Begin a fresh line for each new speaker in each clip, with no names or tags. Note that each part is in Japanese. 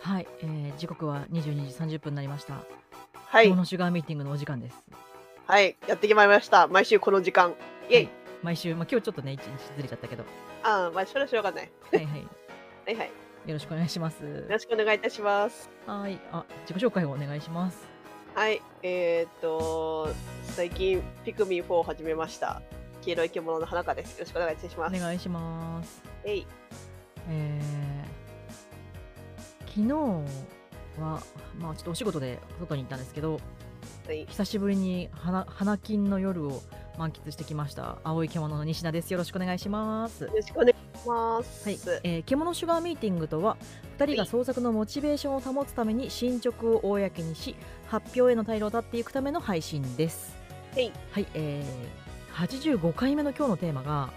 はい、えー、時刻は22時30分になりました。
は
今日
い。
のシュガーミーティングのお時間です。
はい。やってきまいりました。毎週この時間。イ
は
ェイ。
い、毎週、まあ、今日ちょっとね、一日ずれちゃったけど、
ああ、まあ、それはしょうがない。
はいはい、よ
はいはい。よ
ろしくお願いします。
ろしくお願いいたします。
はい、あ、自己紹介をお願いします。
はい。えー、っと、最近、ピクミン4を始めました。黄色い獣の花香です。よろしくお願いいたし
お
ま
願い
す。
します。
えい。
えー、昨日は、まあ、ちょっとお仕事で外に行ったんですけど、
はい。
久しぶりに花花金の夜を満喫してきました。青い獣の西田です。よろしくお願いします。
よろしくお願いしま
はい、
す。は
えー、獣シュガーミーティングとは2人が
い。
創作のモチベーションを保つために進捗を公にし発表への退路を断っていくための配信です
はい。
はい、えー、85回目の今日のテーマが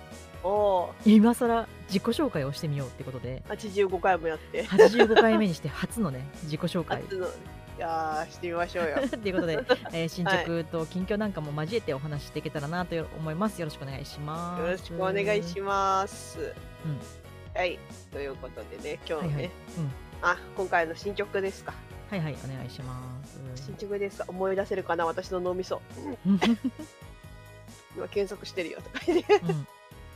おー。
今更自己紹介をしてみようってことで
85回もやって。
85回目にして初のね自己紹
あ
介
つの、いやー、してみまし ょうよ。
ということで、えー進
はい。
捗と近況なんかも交えてお話ししていけたらなと思いますよろしくお願いし
よろ
ま
し
す
くお願い
う
します。
ん
はい。ということでね、今
は
日
いはい
ね、
うん
あ、今回の進捗ですか。
はいはいお願いします
進捗ですか思い出せるかな私の脳みそ。うん今検索してるよとか 言って。
うん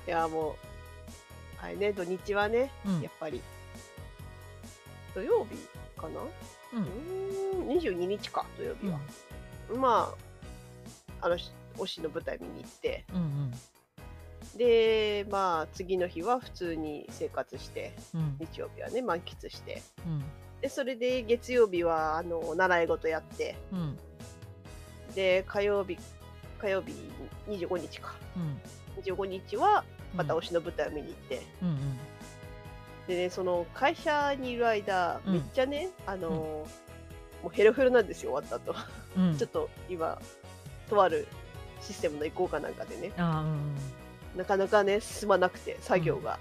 いや、もう、あれね、土日はね、
うん
やっぱり土曜日かな
う
うんーん、22日か、土曜
う
日は。
ん
まあ、あの、推しの舞台見に行って、
うんうん
で、まあ、次の日は普通に生活して、
うん
日曜日はね、満喫して、
うん
で、それで月曜日は、あの、習い事やって、
うん
で、火曜日、火曜日25日か。
うん
25日は、
う
また
ん
推しの舞台を見に行って、
うんうん
でね、その会社にいる間、
う
めっ
ん
ちゃね、あ
うん
のーもうヘロヘロなんですよ、終わった後。
う
ちょ
ん
っと今、とあるシステムの移行かなんかでね、
あーうん
なかなかね、進まなくて、
う
作業
ん
が。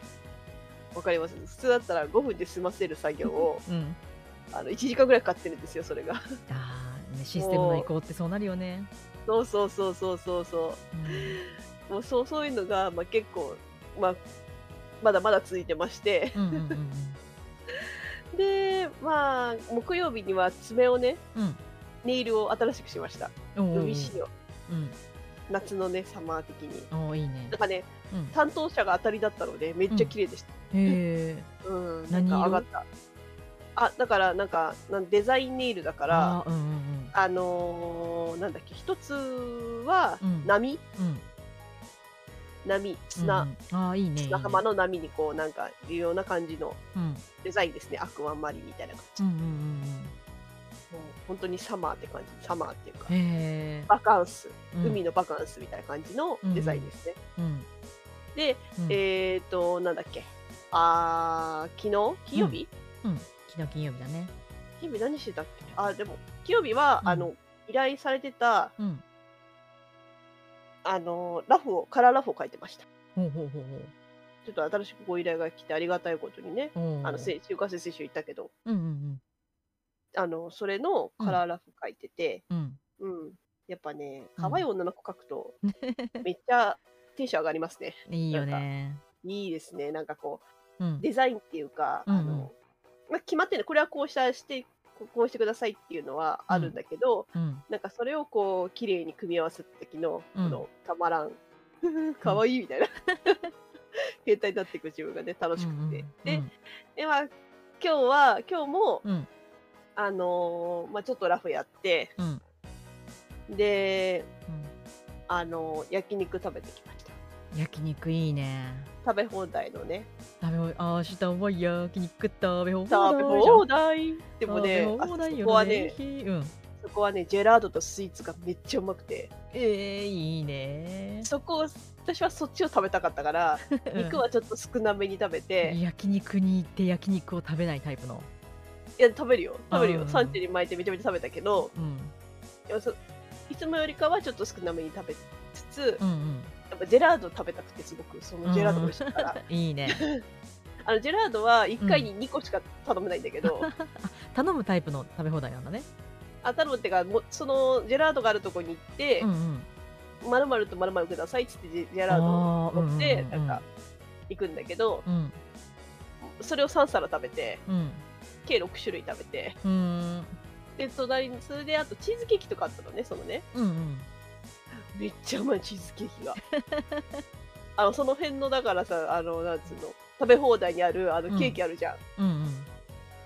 わかります普通だったら5分で済ませる作業 を、
うんうん
あの、1時間ぐらいかかってるんですよ、それが。
あーねシステムの移
も
行ってそうなるよね
う、そうそうそうそうそうそ
うん
う。もうそう、そういうのが、まあ結構、まあ、まだまだ続いてまして、
うんうんうん
で、まあ、木曜日には爪をね、
うんうん
ネイルを新しくしました。
お
伸び
ー
しろ。
うん
夏のね、サマー的に。
おーいい ね
なんかね、
うん
担当者が当たりだったので、めっ
う
ちゃ
ん
綺麗でした。
へえ
うん、なん
何
か上がっ
色
た。あ、だから、なんか、なんデザインネイルだから、
あーうん
あのーなんだっけ、一つは
うん
波、
うんうん
波、
うんう
砂、
んああーいいね
砂
いいね
浜の波にこう、なんか、微妙な感じの
うん
デザインですね。アクアマリンみたいな感
う
じ。
んうんうん
もう本当にサマーって感じ。サマーっていうか、
うんへえ
バカンス、
うん
海のバカンスみたいな感じの
う
デザインで
ん
すね。
うん
で、
うん
えっ、ー、と、なんだっけ。あー、昨日金
うんう
曜
ん
日
うん昨日金曜日だね
金曜日何してたっけあ、でも、金曜日は、
う
あ
ん
の、依頼されてた、
うん
あの、ラフを、カラーラフを書いてました。
ほうほうほう
ちょっと新しくご依頼が来てありがたいことにね、
ほうお
あの、
ー
せ中華製接種行ったけど、
うんうん
あの、それの
う
カ
ん
ラーラフ書いてて、
うん
うん。やっぱね、
う
可愛い
ん
女の子書く と、
うん
めっちゃテンション上がりますね。
いい
な
よ
んか、
ね
いいですね。なんかこう、
うん
デザインっていうか、
うん
あ
うん
の、まあ、決まってる、これはこうしたして、ここうしてくださいっていうのは
う
あるん
ん
だけど、
うん
なんかそれをこう、綺麗に組み合わせた時の、
う
こ
ん
の、たまらん、
う
可
ん
愛いみたいな、変態になっていく自分がね、楽
う
し
ん
くて。
うんう
で、
ん
では、今日は、今日も、
うん
あのーまあ、ちょっとラフやって、
うん
で、
うん
あのー焼肉食べてきました。
焼肉いいね
食べ放題のね、
食べ放題明日は焼肉食べ放
食べ
題じゃん
放題でも
食べ
ね、あ
放
そ
題よ
こは
ぜ
ね、
ひうん
そこはね、ジェラードとスイーツがめっちゃうまくて、
えー、いいね
そこを、私はそっちを食べたかったから、
う
肉
ん
はちょっと少なめに食べて、
焼肉に行って焼肉を食べないタイプの
いや、食べるよ、
う
食べるよ。サンチ
ん
ュに巻いてめちゃめちゃ食べたけど、
うん
でもそいつもよりかはちょっと少なめに食べつつ、
うん
やっぱジェラード食べたくてすごく、そうのジェラード
んう
が美
ん
味しいから、
いいね
あのジェラードは1
う
回
ん
に2個しか頼めないんだけど、
頼むタイプの食べ放題なんだね
あ、頼むってか、もうそのジェラードがあるとこに行っ
う
て、
ん
まるまるとまるまるくださいっつってジェジェ
うん
ラードを
ああーう
持っ
ん
て、なん
うん
か行くんだけど、
うんうん
それを3皿食べて、
うん
計6種類食べて
うーん
で隣にそれであとチーズケーキとかあったのねそのね
うんうん
めっちゃうまいチーズケーキがあのその辺のだからさあのなんつうの食べ放題にあるあ
うん
のケーキあるじゃん、
うん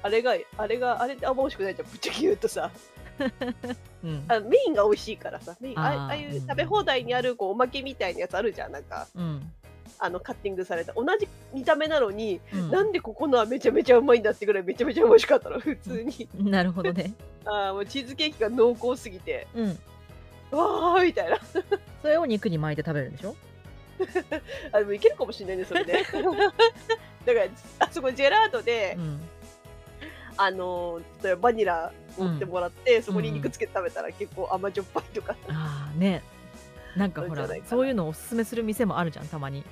あれがあれがあれってあんま美味しくないじゃんぶっちゃけ言うとさ
うんうん
あメインが美味しいからさメインあ
あー
あああいう食べ放題にあるこうおまけみたいなやつあるじゃんなんか
うん
あのカッティングされた同じ見た目なのに、
うん
なんでここのはめちゃめちゃうまいんだってぐらいめちゃめちゃ美味しかったの普通に、
なるほどね
あーもうチーズケーキが濃厚すぎて
うん
わーみたいな
それを肉に巻いて食べるんでしょ
あでもいけるかもしれないねそれ でだからあそこジェラートで、
うん
あのー例えばバニラ持ってもらって、そこに肉つけて食べたら結構甘じょっぱいとか
ああねなんかほ
そ
ら
うじゃないかな
そういうのをおすすめする店もあるじゃんたまに、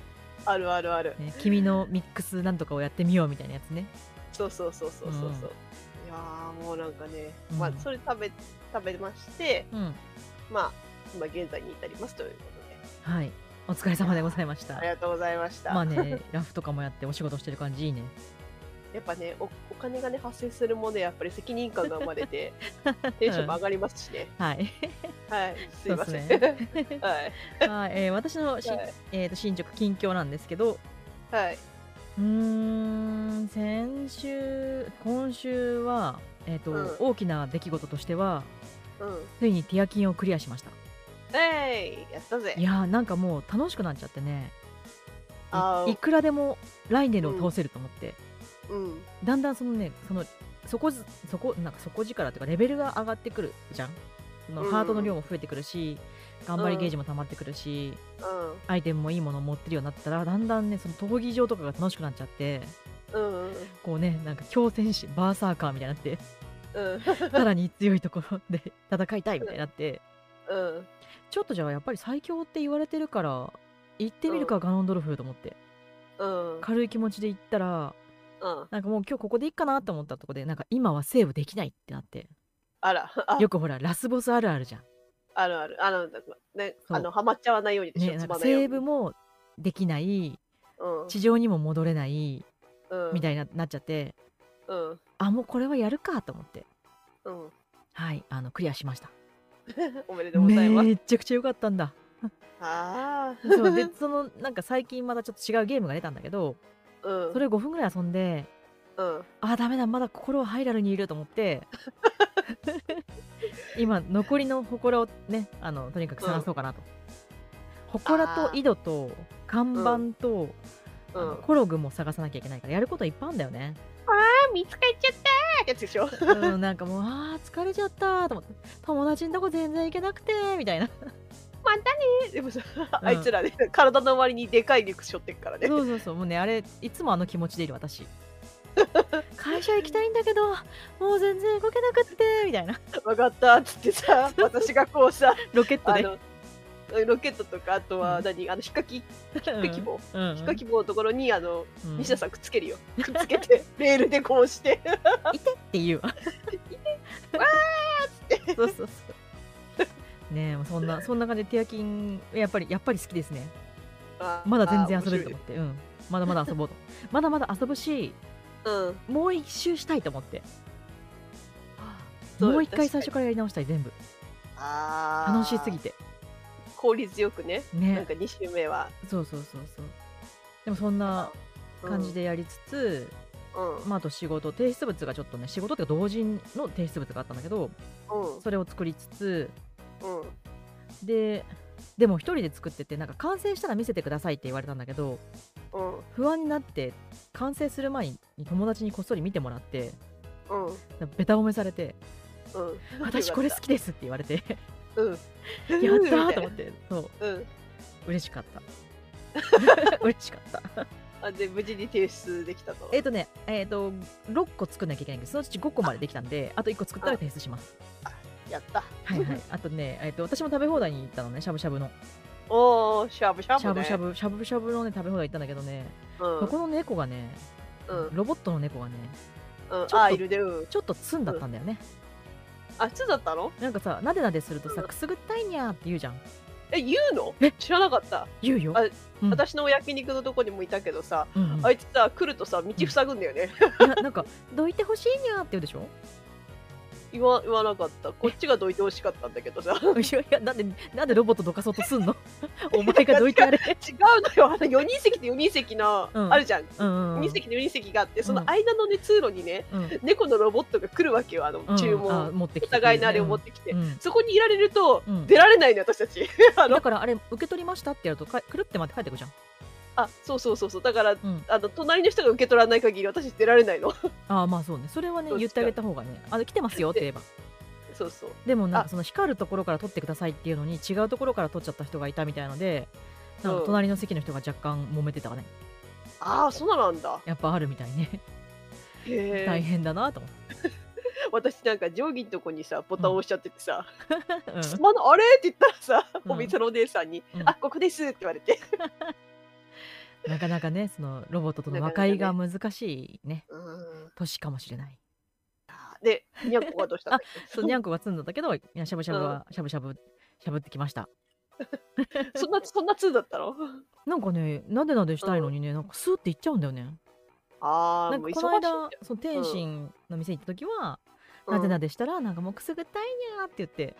あるあるある
ね、君のミックスなんとかをやってみようみたいなやつね
そうそうそうそうそうそう、いやーもうなんかね、まあ
うん
それ食べ食べまして
うん
まあ今現在に至りますということで
はいお疲れ様でございました
ありがとうございました、
まあねラフとかもやってお仕事してる感じいいね
やっぱねおお金がね発生するものやっぱり責任感が生まれ てテンションも上がりますしね、
はい
はいすいません、
そう
はい
はい、えー私の し、
はい
えーと新宿近況なんですけど
はい、
うーん先週今週は、えーと
うん
大きな出来事としては
うん
ついにティアキンをクリアしました
えいやったぜ
いやーなんかもう楽しくなっちゃってね
あ
い
ー
いくらでもライネルを倒せると思って、
うん
だんだんそのねその底ずそこなんか底力というかレベルが上がってくるじゃんその
うん
ハートの量も増えてくるし、頑張りゲージも溜まってくるし、アイテムもいいものを持ってるようになったらだんだんねその闘技場とかが楽しくなっちゃって
うんうんうん
こうねなんか強戦士バーサーカーみたいになって
うん
さらに強いところで戦いたいみたいになって
うん
ちょっとじゃあやっぱり最強って言われてるから行ってみるか、ガノンドルフと思って
うん
軽い気持ちで行ったら
うん
なんかもう今日ここでいいかなと思ったとこでなんか今はセーブできないってなって
あらあ
よくほらラスボスあるあるじゃん
あるあるあのね
そう
あのハマっちゃわないようにでしょ、
ね、なん
つま
か
ないよう
セ
に
ーブもできない
うん
地上にも戻れない
うん
みたいななっちゃって
うん
あもうこれはやるかと思って
うん
はいあのクリアしました
おめでとうございます
めっちゃくちゃ良かったん だ
ああ
そうでそのなんか最近またちょっと違うゲームが出たんだけど
うん
それ5分ぐらい遊んで
うん
あダメだまだ心はハイラルにいると思って 今残りの祠をねあのとにかく探そうかなと、祠
あ
と
ー
井戸と看板と、あ
う
の
ん
コログも探さなきゃいけないからやることいっぱいあんだよ ね
見つかっちゃったーってやつでしょ
うん、なんかもう、あー疲れちゃったーと思って、友達のとこ全然行けなくてーみたい な。
またねーでもさ、あいつらね体の周りにでかい肉しょってっからね
そうそうそう、もうね、あれ、いつもあの気持ちでいる 私。会社行きたいんだけど、もう全然動けなくってーみたいな。
分かったっつってさ私がこうさ
ロケット
あ
で。
のロケットとかあとは何あのヒカキヒカキ棒
うんうん
ヒカキ棒のところにあの
うん
西田さんくっつけるよくっつ けてレールでこうして
って 言うわ。
わ
そうそうそう。ねえ、もうそんな、そんな感じでティアキン、やっぱり、やっぱり好きですね。 まだ全然遊べると思って、うん。まだまだ遊ぼうと。まだまだ遊ぶし、
あー面白いうん
もう一周したいと思って。
そう
もう一回最
確かに
初からやり直したい、全部。
あー
楽しすぎて。
効率よくね
ね。
なんか2周目は
そうそうそうそうでもそんな感じ
で
でやりつつ、
うん
まあ、あと仕事提出物がちょっとね仕事っていうか同人の提出物があったんだけど
うん
それを作りつつ
うん
ででも一人で作っててなんか完成したら見せてくださいって言われたんだけど
うん
不安になって完成する前に友達にこっそり見てもらって
うん
ベタ褒めされ て
うん
「私これ好きです」って言われて 「
うんやっ
やったー!」と思ってそう
うん
嬉しかった嬉しかった
あで無事に提出できたと
えっ、とね、えっ、と、6個作んなきゃいけないんです。そのうち5個までできたんで、あと1個作ったら提出します。
やった
はいはい。あとね、えっ、と、私も食べ放題に行ったのね、しゃぶしゃぶの。
おおしゃぶしゃ
しゃ
ぶ
ぶ
ね
しゃぶ、しゃぶしゃぶのね、食べ放題行ったんだけどね、
うん
そこの猫がね、
うん
ロボットの猫がね、
うん
と
あいるでうん
ちょっとツンだったんだよね。
あいつだったの
なんかさ、なでなでするとさ、
うん
くすぐったいにゃーって言うじゃん。
え、言うの
え
知らなかった。
言うよ
あ
うん
私の焼肉のとこにもいたけどさ、
うんうん
あいつさ、来るとさ、道塞ぐんだよね。
いやなんか「どいてほしいにゃ」って言うでしょ
言わ言わなかった。こっちがどいてほしかったんだけどさ。違う
いやいやなんでなんでロボットどかそうとすんの お前がどいてあ れ
のよ。あの4人席で4人席な、
うん
あるじゃん。
うんうんうん
2席で4人席があって、
う
そ
ん
の間のね、通路にね、
うん
猫のロボットが来るわけよ、あの
うん
注
あ
文。
持ってき
お
て
互いのあれを持ってきて
う。ん
そこにいられると、
うん
出られないのよ、私たち。 あの
だからあれ受け取りましたってやるとかくるってまって帰ってくじゃん、
あ、そうそうそうそう。だから、
うん、
あの隣の人が受け取らない限り私出られないの。
ああまあそうねそれはね
そう
言ってあげた方がねあの来てますよって言えば
そうそう。
でもなんか
あ
その光るところから撮ってくださいっていうのに違うところから撮っちゃった人がいたみたいのでなん
う
か
ん
隣の席の人が若干揉めてたね
ああ、そうなんだ。
やっぱあるみたいね
へ
大
え。
変だなと思っ
私なんか定規のとこにさ、ボタンを押しちゃっててさ、
て、うん
あのあれって言ったらさ、
うん
お店のお姉さんに、
うん
あ、ここですって言われて。
なかなかねそのロボットとの和
なかなか
解
ね
が難しいね
うん
年かもしれない
で、にゃんこがどうしたんだっけ
そうにゃんこが積んだんだけどいやしゃぶしゃぶはしゃぶしゃぶしゃぶってきました
そんな、 そんな通だったの
なんかねなでなでしたいのにねなんかスーっていっちゃうんだよね
あ
な
あ、
んか
もう忙しい
この間その天津の店に行った時は、なでなでしたらなんかもうくすぐったいにゃーって言って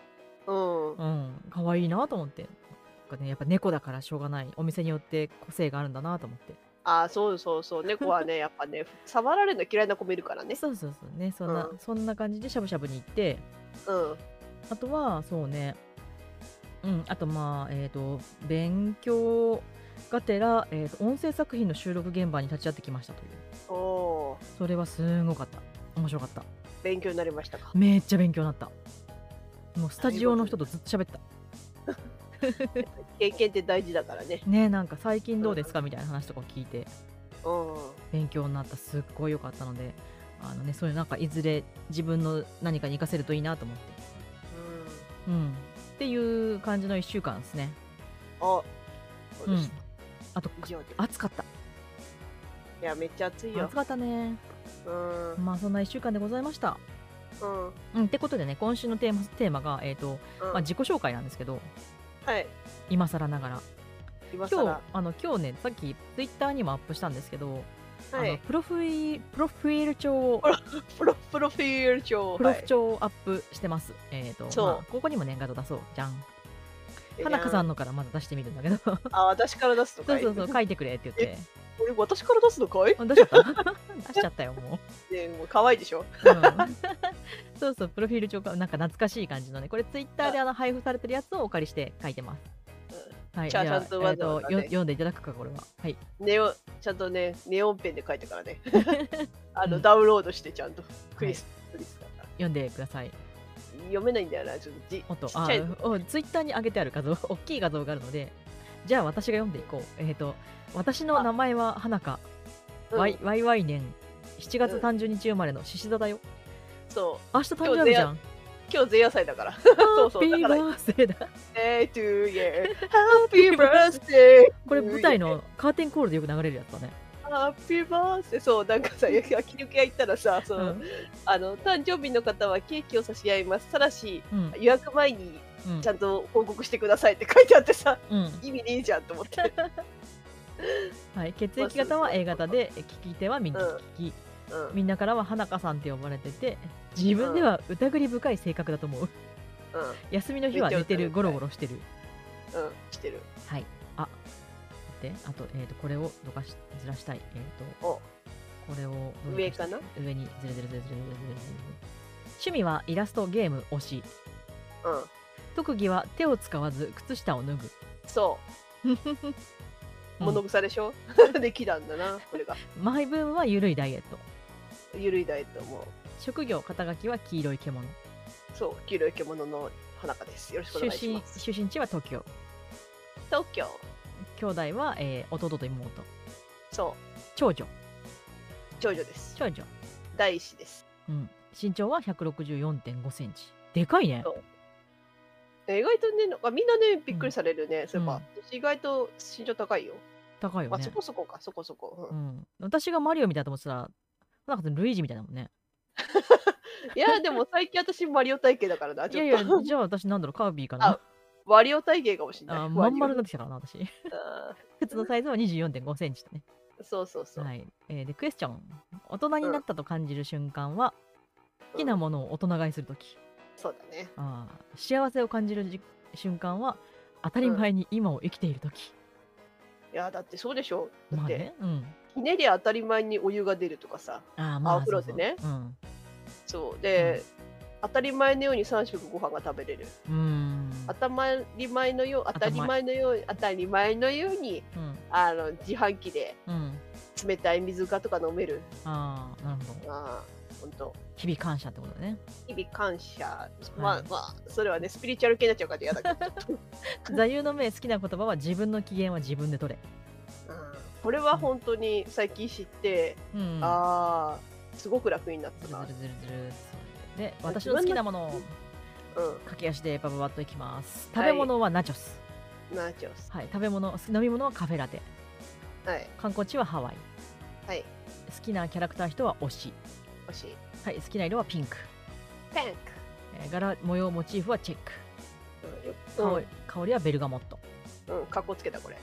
うん。うん
うん可愛いなと思ってなんか、ね、やっぱ猫だからしょうがないお店によって個性があるんだなと思って
ああ、そうそうそう。猫はね、やっぱね、触られるの嫌いな子もいるからね。
そうそうそうねそんな、
うん
そんな感じでしゃぶしゃぶに行って
うん。
あとはそうねうんあとまあえっ、と勉強がてら、えーと音声作品の収録現場に立ち会ってきましたという
おお
それはすごかった面白かった
ー、勉強になりましたか。
めっちゃ勉強になったもうスタジオの人とずっと喋った
経験って大事だからね。
ねなんか最近どうですかみたいな話とかを聞いて
うん。
勉強になったすっごい良かったのであのねそういうなんかいずれ自分の何かに活かせるといいなと思って、
うん
うん、っていう感じの1週間ですね、
あ、そう
う
です
ん、あと
以上で
暑かった
いや、めっちゃ暑いよ
暑。かったね
うん。うん。
まあそんな1週間でございました、
う
う
ん。
ん、ってことでね今週のテーマテーマが、えーとまあ、自己紹介なんですけど
はい。
今更ながら今
今
日
更。
あの今日ねさっきツイッターにもアップしたんですけど、
は
あの
い。
プロフィプロフィール帳を
プロ、プロフィール帳。
プロフ
はい
帳をアップしてます、えっ、と、
そう
まあここにも年賀状出そうじゃん花香さん。のからまだ出してみるんだけどそう
あ、私から出すとかい。
そう そう書いてくれって言って
俺、私から出すのかい。
あ出しちゃ った出しちゃったよも
ね、もう可愛いでしょ。
う、 うん、そうそうプロフィール帳がなんか懐かしい感じのねこれツイッターであの配布されてるやつをお借りして書いてますはい
じゃあ
ゃあ
ちゃんとわざわざね
えーとよ読んでいただくかこれははい
ネオン、ちゃんとね、ネオンペンで書いてか らね。あ
う
の、
ん
ダウンロードして、ちゃんと。クリス。クリスだから
読んでください
読めないんだよな、ちょっとじ。ち
おっと
っち
あ
ゃい。
おツイッターに上げてある画像 大きい画像があるのでじゃあ私が読んでいこうえっ、と私の名前は花香
うん
わいわいわい年7月
うん
30日生まれの獅子座だよ
そう。
明日誕生日じゃん
今日前夜祭だから。
そう
そ うだから Day to you. Happy birthday.
これ舞台のカーテンコールでよく流れるやつだね、
ハッピーバースデーそう、なんかさ、焼き肉屋行ったらさ、そうの
ん
あの、誕生日の方はケーキを差し上げます。ただし、
うん
予約前に
うん
ちゃんと報告してくださいって書いてあってさ、
うん
意味ねえじゃんと思って。
はい、血液型は A 型で聞き手は右利き、
うん。
みんなからは花香さんって呼ばれてて自分では疑り深い性格だと思う
うん。
休みの日は寝て
め
る
っちゃ疑り深い
ゴロゴロしてる
うん。してる。
はいあ待ってあと,、えー、とこれをどかしずらしたいえっ、と
お
これをどう
上
にした
かな
上にずれずれずれずれずれずれずれ趣味はイラストゲーム推し
うん。
特技は手を使わず靴下を脱ぐ
そうう。
ん
物草でしょ、 できたんだな、これが。
毎分はゆるいダイエット
ゆるいだいと思う。
職業肩書きは黄色い獣
そう、黄色い獣の花香です。よろしくお
出
願いし
身
ます。
出身地は東京
東京。
兄弟は、えー弟と妹
そ
長女
う、長女です。
長女、
大師です。
うん、身長は1 6 4 5センチでかいね
そうえ意外とね、なんかみんなね、びっくりされるね。そういえば、私意外と身長高いよ。
高いよ
まあ、
ね
そこそこか、そこそこ。う
うんん、私がマリオみたいだと思ってたらなんかルイージみたいだもんね
いや、でも最近私マリオ体型だからな、
い
ちょ
や
っと。
いやじゃあ私なんだろうカービィかな
ワリオ体型かもしれない。
あーま
ワリ
ん
オ
丸になってきたからな、私。
あ
靴のサイズは24.5センチとね。
ーそうそうそう。
はい。えーで、クエスチョン。大人になったと感じる瞬間は、好きな
うん
ものを大人買いするとき。
そうだね。
あー幸せを感じるじ瞬間は、当たり前に今を生きているとき。
いや、だってそうでしょ。だ
ま
っ
あ
て、
ね。うん。
ひねりゃ当たり前にお湯が出るとかさ。
あーまあ、
あお風呂でね
そうそううん。
そう。で、当たり前のように3食ご飯が食べれる。
うーん。
当たり前のよう、当たり前のよう、当たり前のように、
うん。
あの、自販機で
うん。
冷たい水かとか飲める。
ああ、なるほど。
ああ、ほんと。
日々感謝ってことだ ね。
日々感謝。ま
は
あ
い
まあ、それはね、スピリチュアル系になっちゃうから嫌だけど。
座右の銘好きな言葉は自分の機嫌は自分で取れ。
うんこれは本当に最近知って、
うん。
ああ、すごく楽になっ
ず
た
る
な
ず。るずるずる。で、
あ
私の好きなものを
自分う
駆け足でバババッといきます。
は
食
い
べ物はナチョス。
ん、ナーチョス。
はい、食べ物、飲み物はカフェラテ。
はい、
観光地はハワイ。
はい、
好きなキャラクター人は推し。
欲しい。
はい、好きな色はピンク。
ペン
えー柄、模様、モチーフはチェック。
ク。
香
うん、
り香りはベルガモット。
うん、うん、かっこつけた、これ。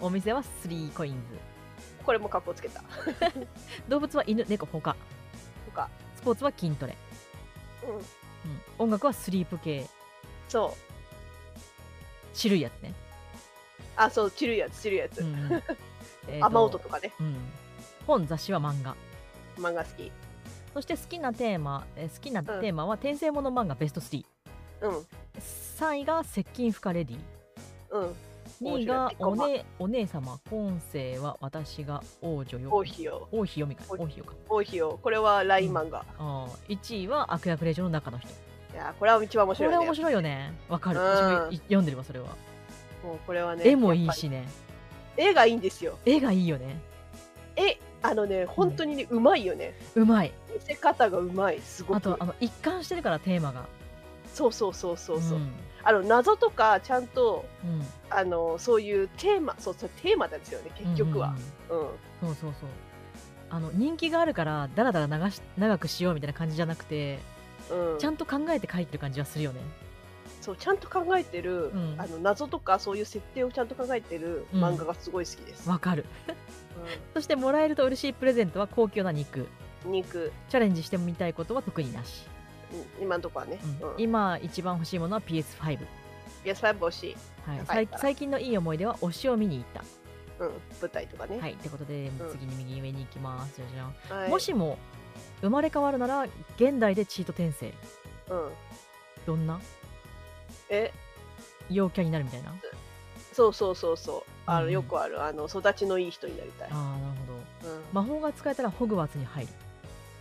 お店はスリーコイン
これもかっこつけた。
ズ。動物は犬、猫、他。
とか、
スポーツは筋トレ。
うん、
うん、音楽はスリープ系。
そう。
知るやつね。
あ、そう、散るやつ、散るやつ。
うんう んえーと
雨音とかね、
うん。本、雑誌は漫画。
漫画好き。
そして好きなテーマ、えー好きなテーマは転生もの漫画ベスト3。
うん、
3位が接近不可レディ。
うん、
2位がお,、
面白い
ね、お姉様、今世は私が王女よ。
王妃よ。
王妃読みか。
王妃
王妃よか。
王妃よ。これはライン漫画。
あ1位は悪役令嬢の中の人。
いやー、これは一番面
こ
白い、
れ
ね。
面白いよね。わかる。
うん
私もい読んでるわ、それは。
もうこれはね。
絵もいいしね。
やっぱり。絵がいいんですよ。
絵がいいよね。
絵、あのね、本当にね、うまいよね。
うまい。
見せ方がうまい。すごく。
あと、あの一貫してるからテーマが。
そうそうそうそうそう。
ん
あの謎とかちゃんと
うん
あのそういうテーマそうそうテーマなんですよね結局
うん
は
う、んうん
うん
そうそうそう。あの人気があるからだらだら流し長くしようみたいな感じじゃなくて、
うん
ちゃんと考えて書いてる感じはするよね。
そうちゃんと考えてる、
うん
あの謎とかそういう設定をちゃんと考えてる
うん
漫画がすごい好きです、
わかる。そしてもらえると嬉しいプレゼントは高級な肉。
うん肉
チャレンジしてみたいことは特になし。
うん今のとこはね、
うん
うん
今一番欲しいものは PS5。はい
野菜帽子、高い
最
から
最近のいい思い出は推しを見に行った。
うん、舞台とかね、
はい。ってことで、次に右上に行きます。じゃじゃん。
はい
も、しも生まれ変わるなら現代でチート転生。
うん、
どんな
え
陽キャになるみたいな。
そうそうそうそうあの、
うん
よくあるあの育ちのいい人になりたい、
ああ、なるほど。
うん
魔法が使えたらホグワーツに入る。
と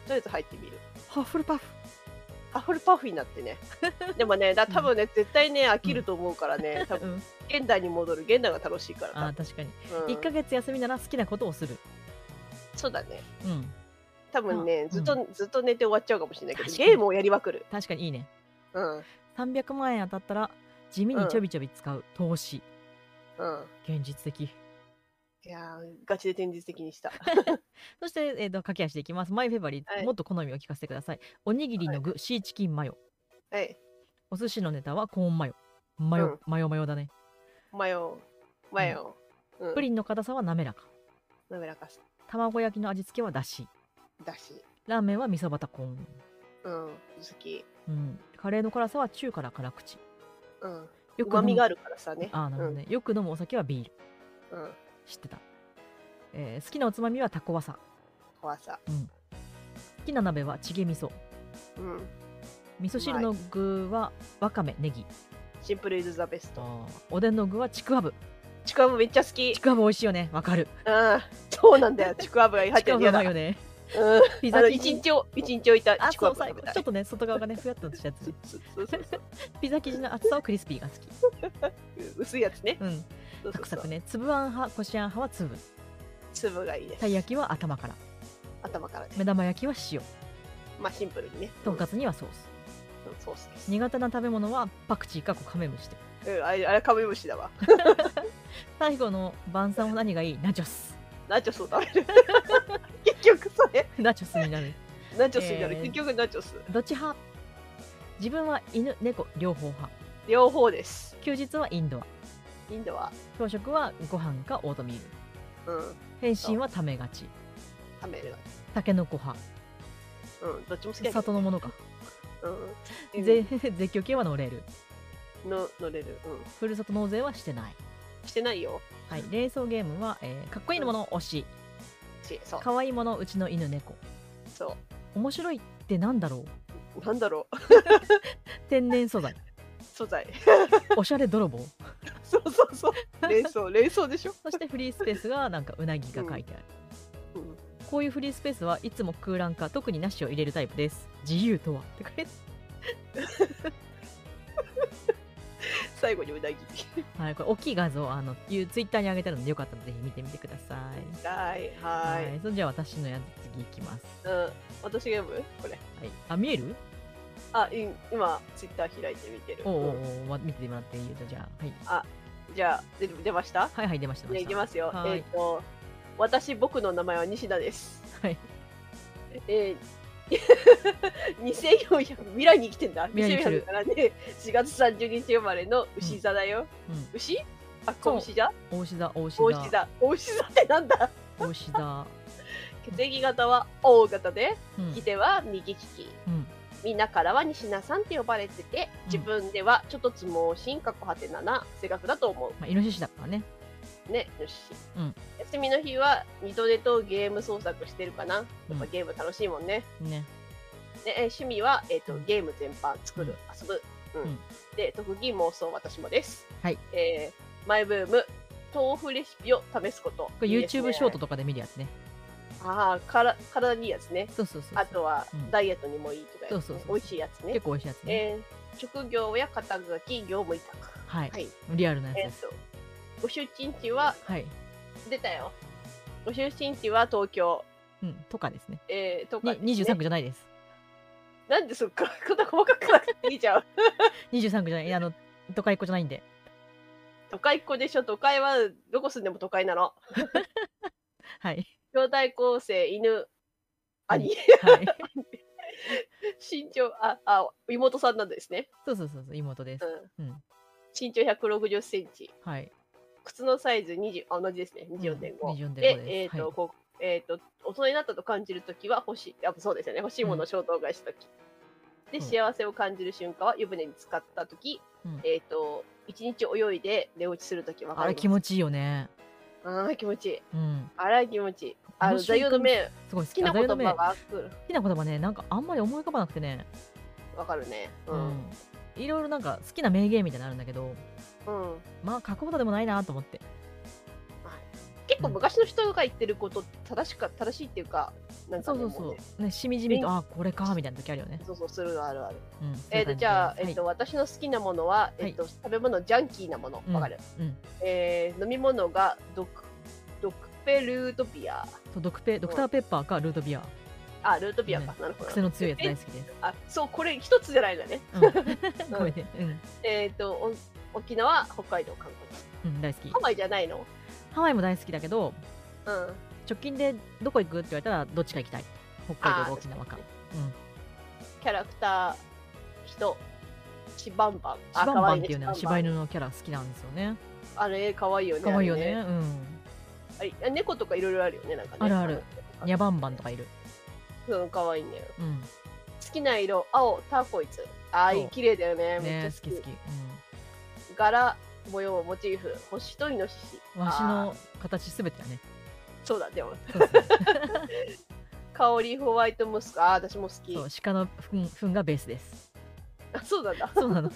りあえず入ってみる
ハッフルパフ。
ハッフルパフに なってねでもねだ多分ね絶対ね飽きると思うからね多分
うん。
現代に戻る現代が楽しいから
あ
多
あ、確かに。
分うん
1ヶ月休みなら好きなことをする。
そうだね
うん。
多分ね、
うん
ずっとずっと寝て終わっちゃうかもしれないけど
確かに
ゲームをやりまくる、
確かにいいね。
うんうん、
300万円当たったら地味にちょびちょび使う投資。現実的。
いやーガチで現実的にした
そして、えー、と駆け足でいきます。マイフェバリー、
はい
もっと好みを聞かせてください。おにぎりの具、シーチキンマヨ。
はい
お寿司のネタはコーンマヨ。マヨ、
うん
マヨマヨだね。
マヨマヨ、うん、
プリンの硬さは滑らか。
滑らかさ
卵焼きの味付けはだし。
だし
ラーメンは味噌バタコーン。
うん好き
うん、カレーの辛さは中から辛口。
うん
よ
うまみがあ
あ
るからさね
あーなるほどね、よく飲むお酒はビール。
うん、うん、
知ってた。えー好きなおつまみはタコワサ。
怖さ
好きな鍋はチゲ味噌。
うん
味噌汁の具はわかめ、ネギ。
シンプルイズザベスト
おでんの具はちくわぶ。
ちくわぶめっちゃ好き
ちくわぶ美味しいよね。わかる。
うんそうなん だよちくわぶが入っ
ち
て
くわ
る
ぶ
や
う
だ
まいよね。
うん
ピ
あ
ザ
の
生
一
地。
日を一日置いた
あ、
ちくわ
そう、最後。
ぶが食べた
ちょっとね、外側がね、ふやっとしたやつ
そ。うそうそう
ピザ生地の厚さはクリスピーが好き。
薄いやつね
うん。
そ
サ
うそう
ク
そ
サ
う
クね。粒あん派、こしあん派は粒。
粒がいいです
たい焼きは頭から。
頭からね
目玉焼きは塩。
まあシンプルにね
とんかつにはソース。
うんソースです、
苦手な食べ物はパクチーかこうカメムシで。
うん、あれあれカメムシだわ
最後の晩餐は何がいいナチョス。
ナチョスを食べる 結局それ
ナチョスになる。
ナチョスになる、
えー
結局ナチョス
どっち派自分は犬、猫、両方派。
両方です。
休日はインドア
インドは、
朝食はご飯かオートミール
うん、
変身はためがち
食べる。
たけのこ派
うん、どっちも好きやけど
里のものか、
うん。
ぜ 絶叫系は乗れる
の乗れる。う
ふるさと納税はしてない、
ん。してないよ。
はい、冷蔵ゲームは、えーかっこいいもの推し
しそう。
かわいいものうちの犬猫
そ
面白いってなんだろう
う。なんだろう。
天然素材
素材。
おしゃれ泥棒
そうそうそう。冷 蔵、冷蔵でしょ。
そしてフリースペースがなんかうなぎが書いてある、
うん。
こういうフリースペースはいつも空欄か特になしを入れるタイプです自由とはって書いて
最後にうなぎ。
あるはい、これ大きい画像あのいうツイッターに上げてあるのでよかったらぜひ見てみてください
はい、は。
はいいそれじゃあ私のやつ次いきます、
うん。私ゲームこれ。
はい、あ見える
あ、い今、ツイッター開いて見てる。
おうお
うん
うおう、ま、見てもらっていいよじゃあ、はい、
じゃあ、出て出ました
はいはい出ました
じゃあ、
出
いき
まし
ますよ。
は
え
い
っ、と、私、僕の名前は西田です。
たはい
え ー、2400未来に生きてんだ
未来に生きてる
2400からね4月30日生まれの牛座だよ、
う
牛あっ
そう
こ牛座
ん大志座大志座
大牛座大牛座ってなんだ
大志座
血液型は O 型で
うん
利き手は右利き
うん
みんなからは西名さんって呼ばれてて自分ではちょっとつ盲信かっこはてなな性格だと思
まあイノシシだからね
うねよし、
うん
休みの日は二度寝とゲーム創作してるかなやっぱ
うん
ゲーム楽しいもんね、
ね
でえー趣味は、えー、と
うん
ゲーム全般作る、
うん
遊ぶ、うん
うん
で特技妄想私もです、
はい
えーマイブーム豆腐レシピを試すこと
これ YouTube ショート
と
とかで見るやつね
ああから体にいいやつね
そうそうそう
あとは、
うん
ダイエットにもいいとかやつね、
そうそうそう
美味しいやつね
結構美味しいやつね、
えー職業や肩書き業務委託
はい、
はい
リアルなやつ
えっ、
です、
とご出身地は
はい、
出たよご出身地は東京
うん、とかですね
えー、とか、
に23区じゃないです
なんでそっかこんな細かくなくていいじゃん
23区じゃないあの都会っ子じゃないんで
都会っ子でしょ都会はどこ住んでも都会なの
はい、
兄弟構成犬兄
はい、
身長ああ妹さんなんですね、
そうそうそうそう妹です
う
うんん
身長1 6 0センチ
はい
靴のサイズ20あ同じですね24.5、
24.5
で
です
えっ、と、
はい
こうえっ、と大人になったと感じるときは欲しいやっぱそうですよね欲しいものを衝動買いしたとき、で
うん
幸せを感じる瞬間は湯船に浸かったとき、
うん
えっ、と一日泳いで寝落ちするときわか
あ
り
れ
ます
気持ちいいよね
あー気持ちいい
うん
あら気持ちいいあ
あ
の
の
座右の
瞬間
銘
すごい
好きな
あ座右
言葉
の銘好
が来る
きな言葉ねなんかあんまり思い浮かばなくてね
わかるねう、
うんんいろいろなんか好きな名言みたいなのあるんだけど
うん
まあ書くほどでもないなと思って
結構昔の人が言ってること正しか正しいっていうかなんか
そう
ね
そうそ
も
う
ね
うねしみじみとあこれかみたいな時あるよね
そうそうするのあるある
うん
えっ、とじゃあ、
そうい
え
う
っと
感
私の好きなものは、えっと食べ物ジャンキーなもの
うん
わかる、
じはいうん
えー飲み物がドクドクペルートピア
そうドクペドクターペッパーかルートビア
あルートピアか、
ね
なるほど
癖の強いやつ大
え
好きです
あそうこれ一つじゃないんだね
うん ごめんね
えっ、とお沖縄北海道韓
う
国
んうん大好き
ハワイじゃないの
ハワイも大好きだけど
うん
直近でどこ行くって言われたらどっちか行きたい北海道か沖縄か
あーキャラクター人シバンバン
シバンバンっていうね
あ可愛
柴
いね
犬のキャラ好きなんですよね
あれ可愛いよね
かわいいよ
あれ
ねうん
あれ猫とかいろいろあるよね、なんかね。
あるある
あの。
ニャバンバンとかいる
うん、かわいいね。
うん
好きな色、青、ターコイズ。ああ、
そう
綺麗だよね。め
ね好
っちゃ好
き
き。
好きうん
柄、模様、モチーフ、星とイノシシ。
わし
あー
の形すべてだね
そうだ、でも。
そうそう
香り、ホワイトムスク。ああ、私も好き
そ。う鹿のふんふんがベースです
あ そうなんだ。
そうなの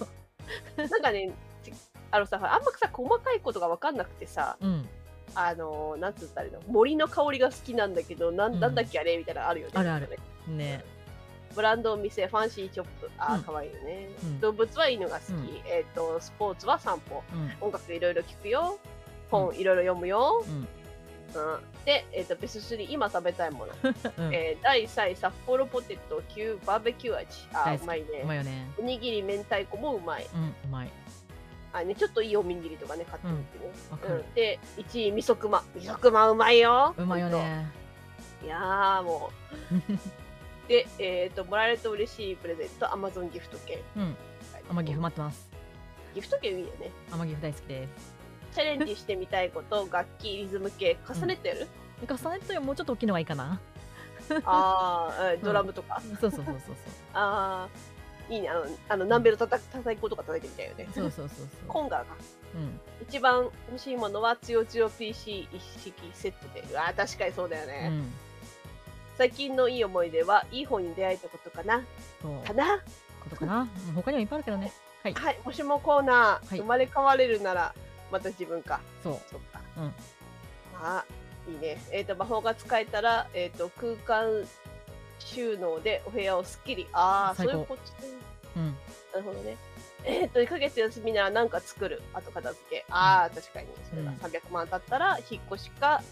なんかね、ちあのさ、あんまさ、細かいことが分かんなくてさ、
うん
あのー、なんつったらいいの、森の香りが好きなんだけど、な
うんん
なんだっけあれみたいなのあるよね。
あるある
なんかね
ね
ブランド、お店、ファンシーショップ。あ
う
あ、
ん
かわいいよね
うん。
動物は犬が好き
うん。
えっと、スポーツは散歩。
うん
音楽いろいろ聞くよ本いろいろ読むよ、
うん
うんで、えー、とベスト3今食べたいもの、
うん
えー第3位札幌ポテト級バーベキュー味あ
大好
ーう
き
まいね
うまいよね
おにぎり明太子もうまい
うんうまい
あ、ね、ちょっといいおにぎりとかね買ってみてね、
わ
う
か
ん
る
で1位みそくまみそくまうまいよ
うまいよね
ほんといやーも うでえっ、ともらえると嬉しいプレゼントアマゾンギフト券
うん甘木ふまってます
ギフト券いいよね。
天岐大好きです
チャレンジしてみたいこと、楽器、リズム系、重ねてやる、
重ねるとよりもうちょっと大きいのがいいかな
ああ、うんドラムとか。
そうそうそうそうそう
ああ、いいね。あの、あのナンベル叩く、叩き子とか叩いてみたいよね。
そうそうそうそう
コンガか。
うん
一番欲しいものは、つよつよ PC 一式セットで。うわー確かにそうだよね。
うん
最近のいい思い出は、いい本に出会えたことかな
そう
かな
ことかなうん他にもいっぱいあるけどねはい
はい、もしもコーナー、
はい
生まれ変われるなら、また自分か。
そう
そっか。
うん
あーいいね。えっ、と、魔法が使えたら、えっ、と、空間収納でお部屋をすっきり。ああ、そ
最
う
高
いうこと。
うん
なるほどね。えっ、と、1ヶ月休みなら何か作る。あと片付け。ああ、確かに。それが
うん
300万だったら、引っ越しか、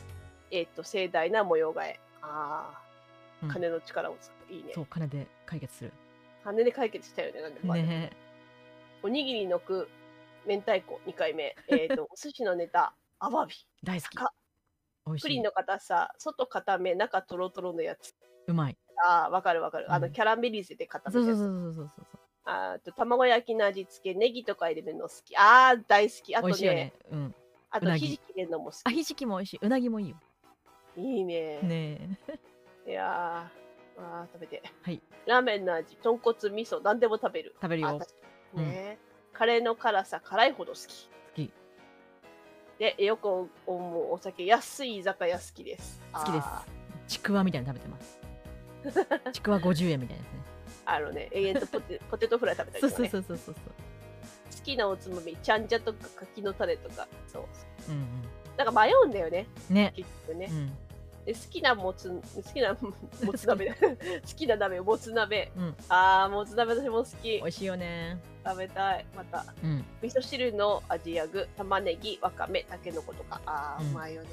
えっ、と、盛大な模様替え。
う
ああ、
ん
金の力を使う。いいね
そ。う金で解決する
金で解決したよね、なんでもあれ
ね
おにぎりの具、明太子2 回目。えっ、と、お寿司のネタ、アワビ。
大好き
高っ
美味
プ
し
リン
い
の硬さ、外固め、中トロトロのやつ。
うまい
ああ、わかるわかる。あの、
うん
キャラメリゼで固め
そうそ
たや
う
つ。
そうそうそうそ
あーあと、卵焼きの味付け、ネギとか入れるの好き。ああ、大好き。あ
う
と
美
ね、
味しいよねうん
あ
う
と、
なぎ
ひじき入れるのも好
あ
き。
ひじきも美味しいうなぎもいいよ
いいね。
ねえ
いやー、あー食べて。
はい
ラーメンの味、豚骨、味噌、何でも食べる。
食べる
あ
よ
確かにね、カレーの辛さ、辛いほど好き。
好き
で、よく思うお酒、安い居酒屋好きです。
好きです
あ
ちくわみたいなの食べてますちくわ50円みたいなやつね
ーあのね、永遠とポテポテトフライ食べた り
そう
とか、
そう
ね、
そうそうそう
好きなおつまみ、ちゃんじゃとか柿の種とか、そうそ
う
う
ん
なんか迷うんだよね、
うんね
結局ね
う。ん
で好きなもつ、好きなもつ鍋だ、 好きな鍋、もつ鍋。
うん
ああ、もつ鍋私も好き
美。味しいよね
食べたい、また。
うん
味噌汁の味や具、玉ねぎ、わかめ、たけのことか。ああ、
う
うんまいよね。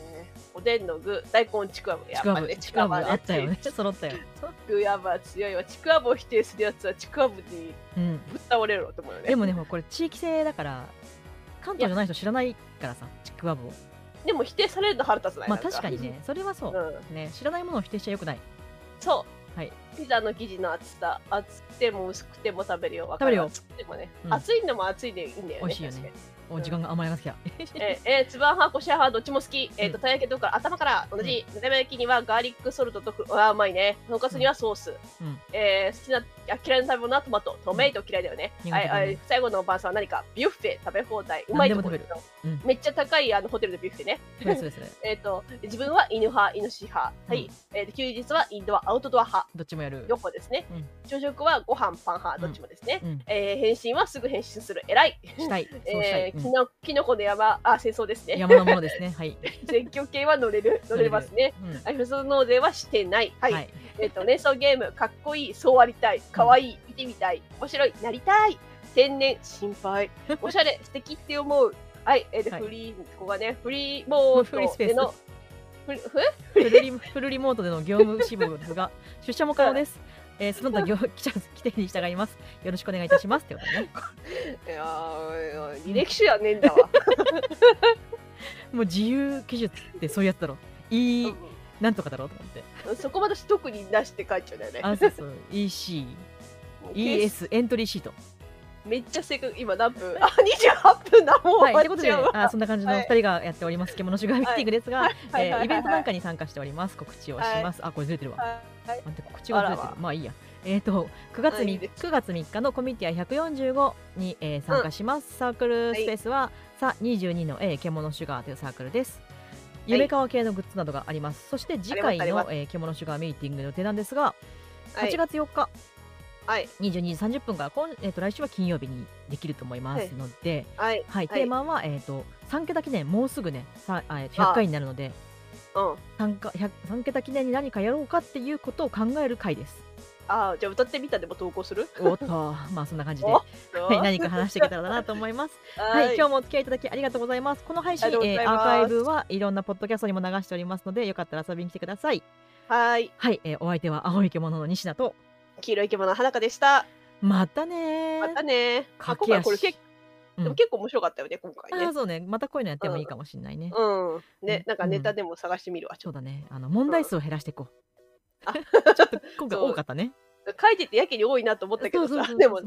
おでんの具、大根、ちくわぶ。や
ち
っ
くわ
ぱ
ぶ
ね、
ちくわぶあったよね
ち
揃ったよ
くわぶは強いわ。ちくわぶを否定するやつは、ちくわぶに
うん
ぶっ倒れろと思うよね。
でもね、もうこれ地域性だから、関東じゃない人知らないからさ、ちくわぶを。
でも否定されると腹立つない。
まあ
なん
確かに。ね、それはそうう。
ん。
ね、知らないものを否定しちゃよくない。
そう。
はい。
ピザの生地の厚さ、厚くても薄くても食べるよ。わか
食べるよ
厚くてもね、
うん
厚いのも厚いでいいんだよね。
美味しいよね
確かに。
お時間が余り ますきゃ。
えー、えー、つばんはこしゃはどっちも好き。えっ、と、
うん
たい焼きとか頭から同じ。目玉焼きにはガーリックソルトとく、ああ、うまいね。とんかつにはソース。
うん
えー好きな、あ嫌いな食べ物はトマト。トメイト嫌いだよね。
うん
は
苦
い、は
手だ
い
ね、
最後の晩さんは何か、ビュッフェ食べ放題。うまいとこ
何でもべるうん
めっちゃ高いあのホテルのビュッフェね。
それそれそれ。
えっ、と、自分は犬派、イノシシ派。はい。えっ、と、休日はインドア、アウトドア派。
どっちもやる
4。個ですね。
うん
朝食はご飯、パン派、どっちもですね。
うん。
えー返信はすぐ返信する。偉い。
したい。そうしたい
え。ー
うん
きのきのこの山、あ、戦争ですね。
山のものですね。はい。
選挙系は乗 れる、乗れますね。
うん
はい普通納税はしてない。はい。
はい。
えっ、と、連想ゲーム、かっこいい、そうありたい、かわいい、見てみたい、面白い、なりたい、天然、心配、 おしゃれ、素敵って思う。はい。えーで、
はい
フリー、ここがね、フリーモ
フリー
ー
ス
ド
ペース
での、フリー、ふ
フルリフルリモートでの業務支部が出社も可能です。えーその他業 記者規定に従います。よろしくお願いいたします。ってことね。
いやー履歴書やねえんだわ。
もう自由記述ってそういうやつだろ。 いい、なんとかだろうと思って。
うんそこまで私特になしって書いちゃうんだよね。
あ、そうそう。EC、
もうケース
ES、エントリーシート。
めっちゃ正確今何分あ28分だもう
はい、
終
という
わ
こと
っち
で、
ゃうわ
あそんな感じの
はい
2人がやっております、獣シュガーミーティングですが、
はい
え
はいは
ー
い
イベントなんかに参加しております、告知をします。あ、これずれてるわ。
はいはい
待って、告知がずれてる
あらわ。
まあいいや。えっ、と、9月
あいい
3
です
9月3日のコミュニティア145に、えー参加します、サークルスペースは、さ22の A 獣シュガーというサークルです。
い
夢川系のグッズなどがあります。そして次回
ありますあり
のえ
ま、
ー、獣シュガーミーティングの予定なんですが、
はい
8月4日、
はい
22時30分から今、えー、と来週は金曜日にできると思いますので、
は
は
い
い、
はい
テーマは、えっ、と、三桁記念、もうすぐね、さ、あ、えー100回になるので。
うん
三か、百、三桁記念に何かやろうかっていうことを考える回です。
あーじゃあ歌ってみたでも投稿する
おっと、 まあ、そんな感じで、
お
は、
はい
何か話していけたらなと思います。
は
はいい、今日もお付き合いいただきありがとうございます。この配信、
ありがとうご
え
ざい
ー
ま
ア
す
ーカイブはいろんなポッドキャストにも流しておりますので、よかったら遊びに来てください。
はい
はい、えーお相手は青い獣の西田と、
黄色い獣花香でした
またねー。
またねあ
駆
今
け
回
足
これ結構
うん
でも結構面白かったよね今回
あー
ね
そうね、またこういうのやってもいいかもしれないね。
うんねなんかネ
う
タ
ん
でも探してみるわち
そ
ょっ
うだね、あの問題数を減らしていこう。
あ
ちょっと今回多かったね。
と書いててやけに多いなと思ったけ
そ
ど
う
さ
そうそうそう
でも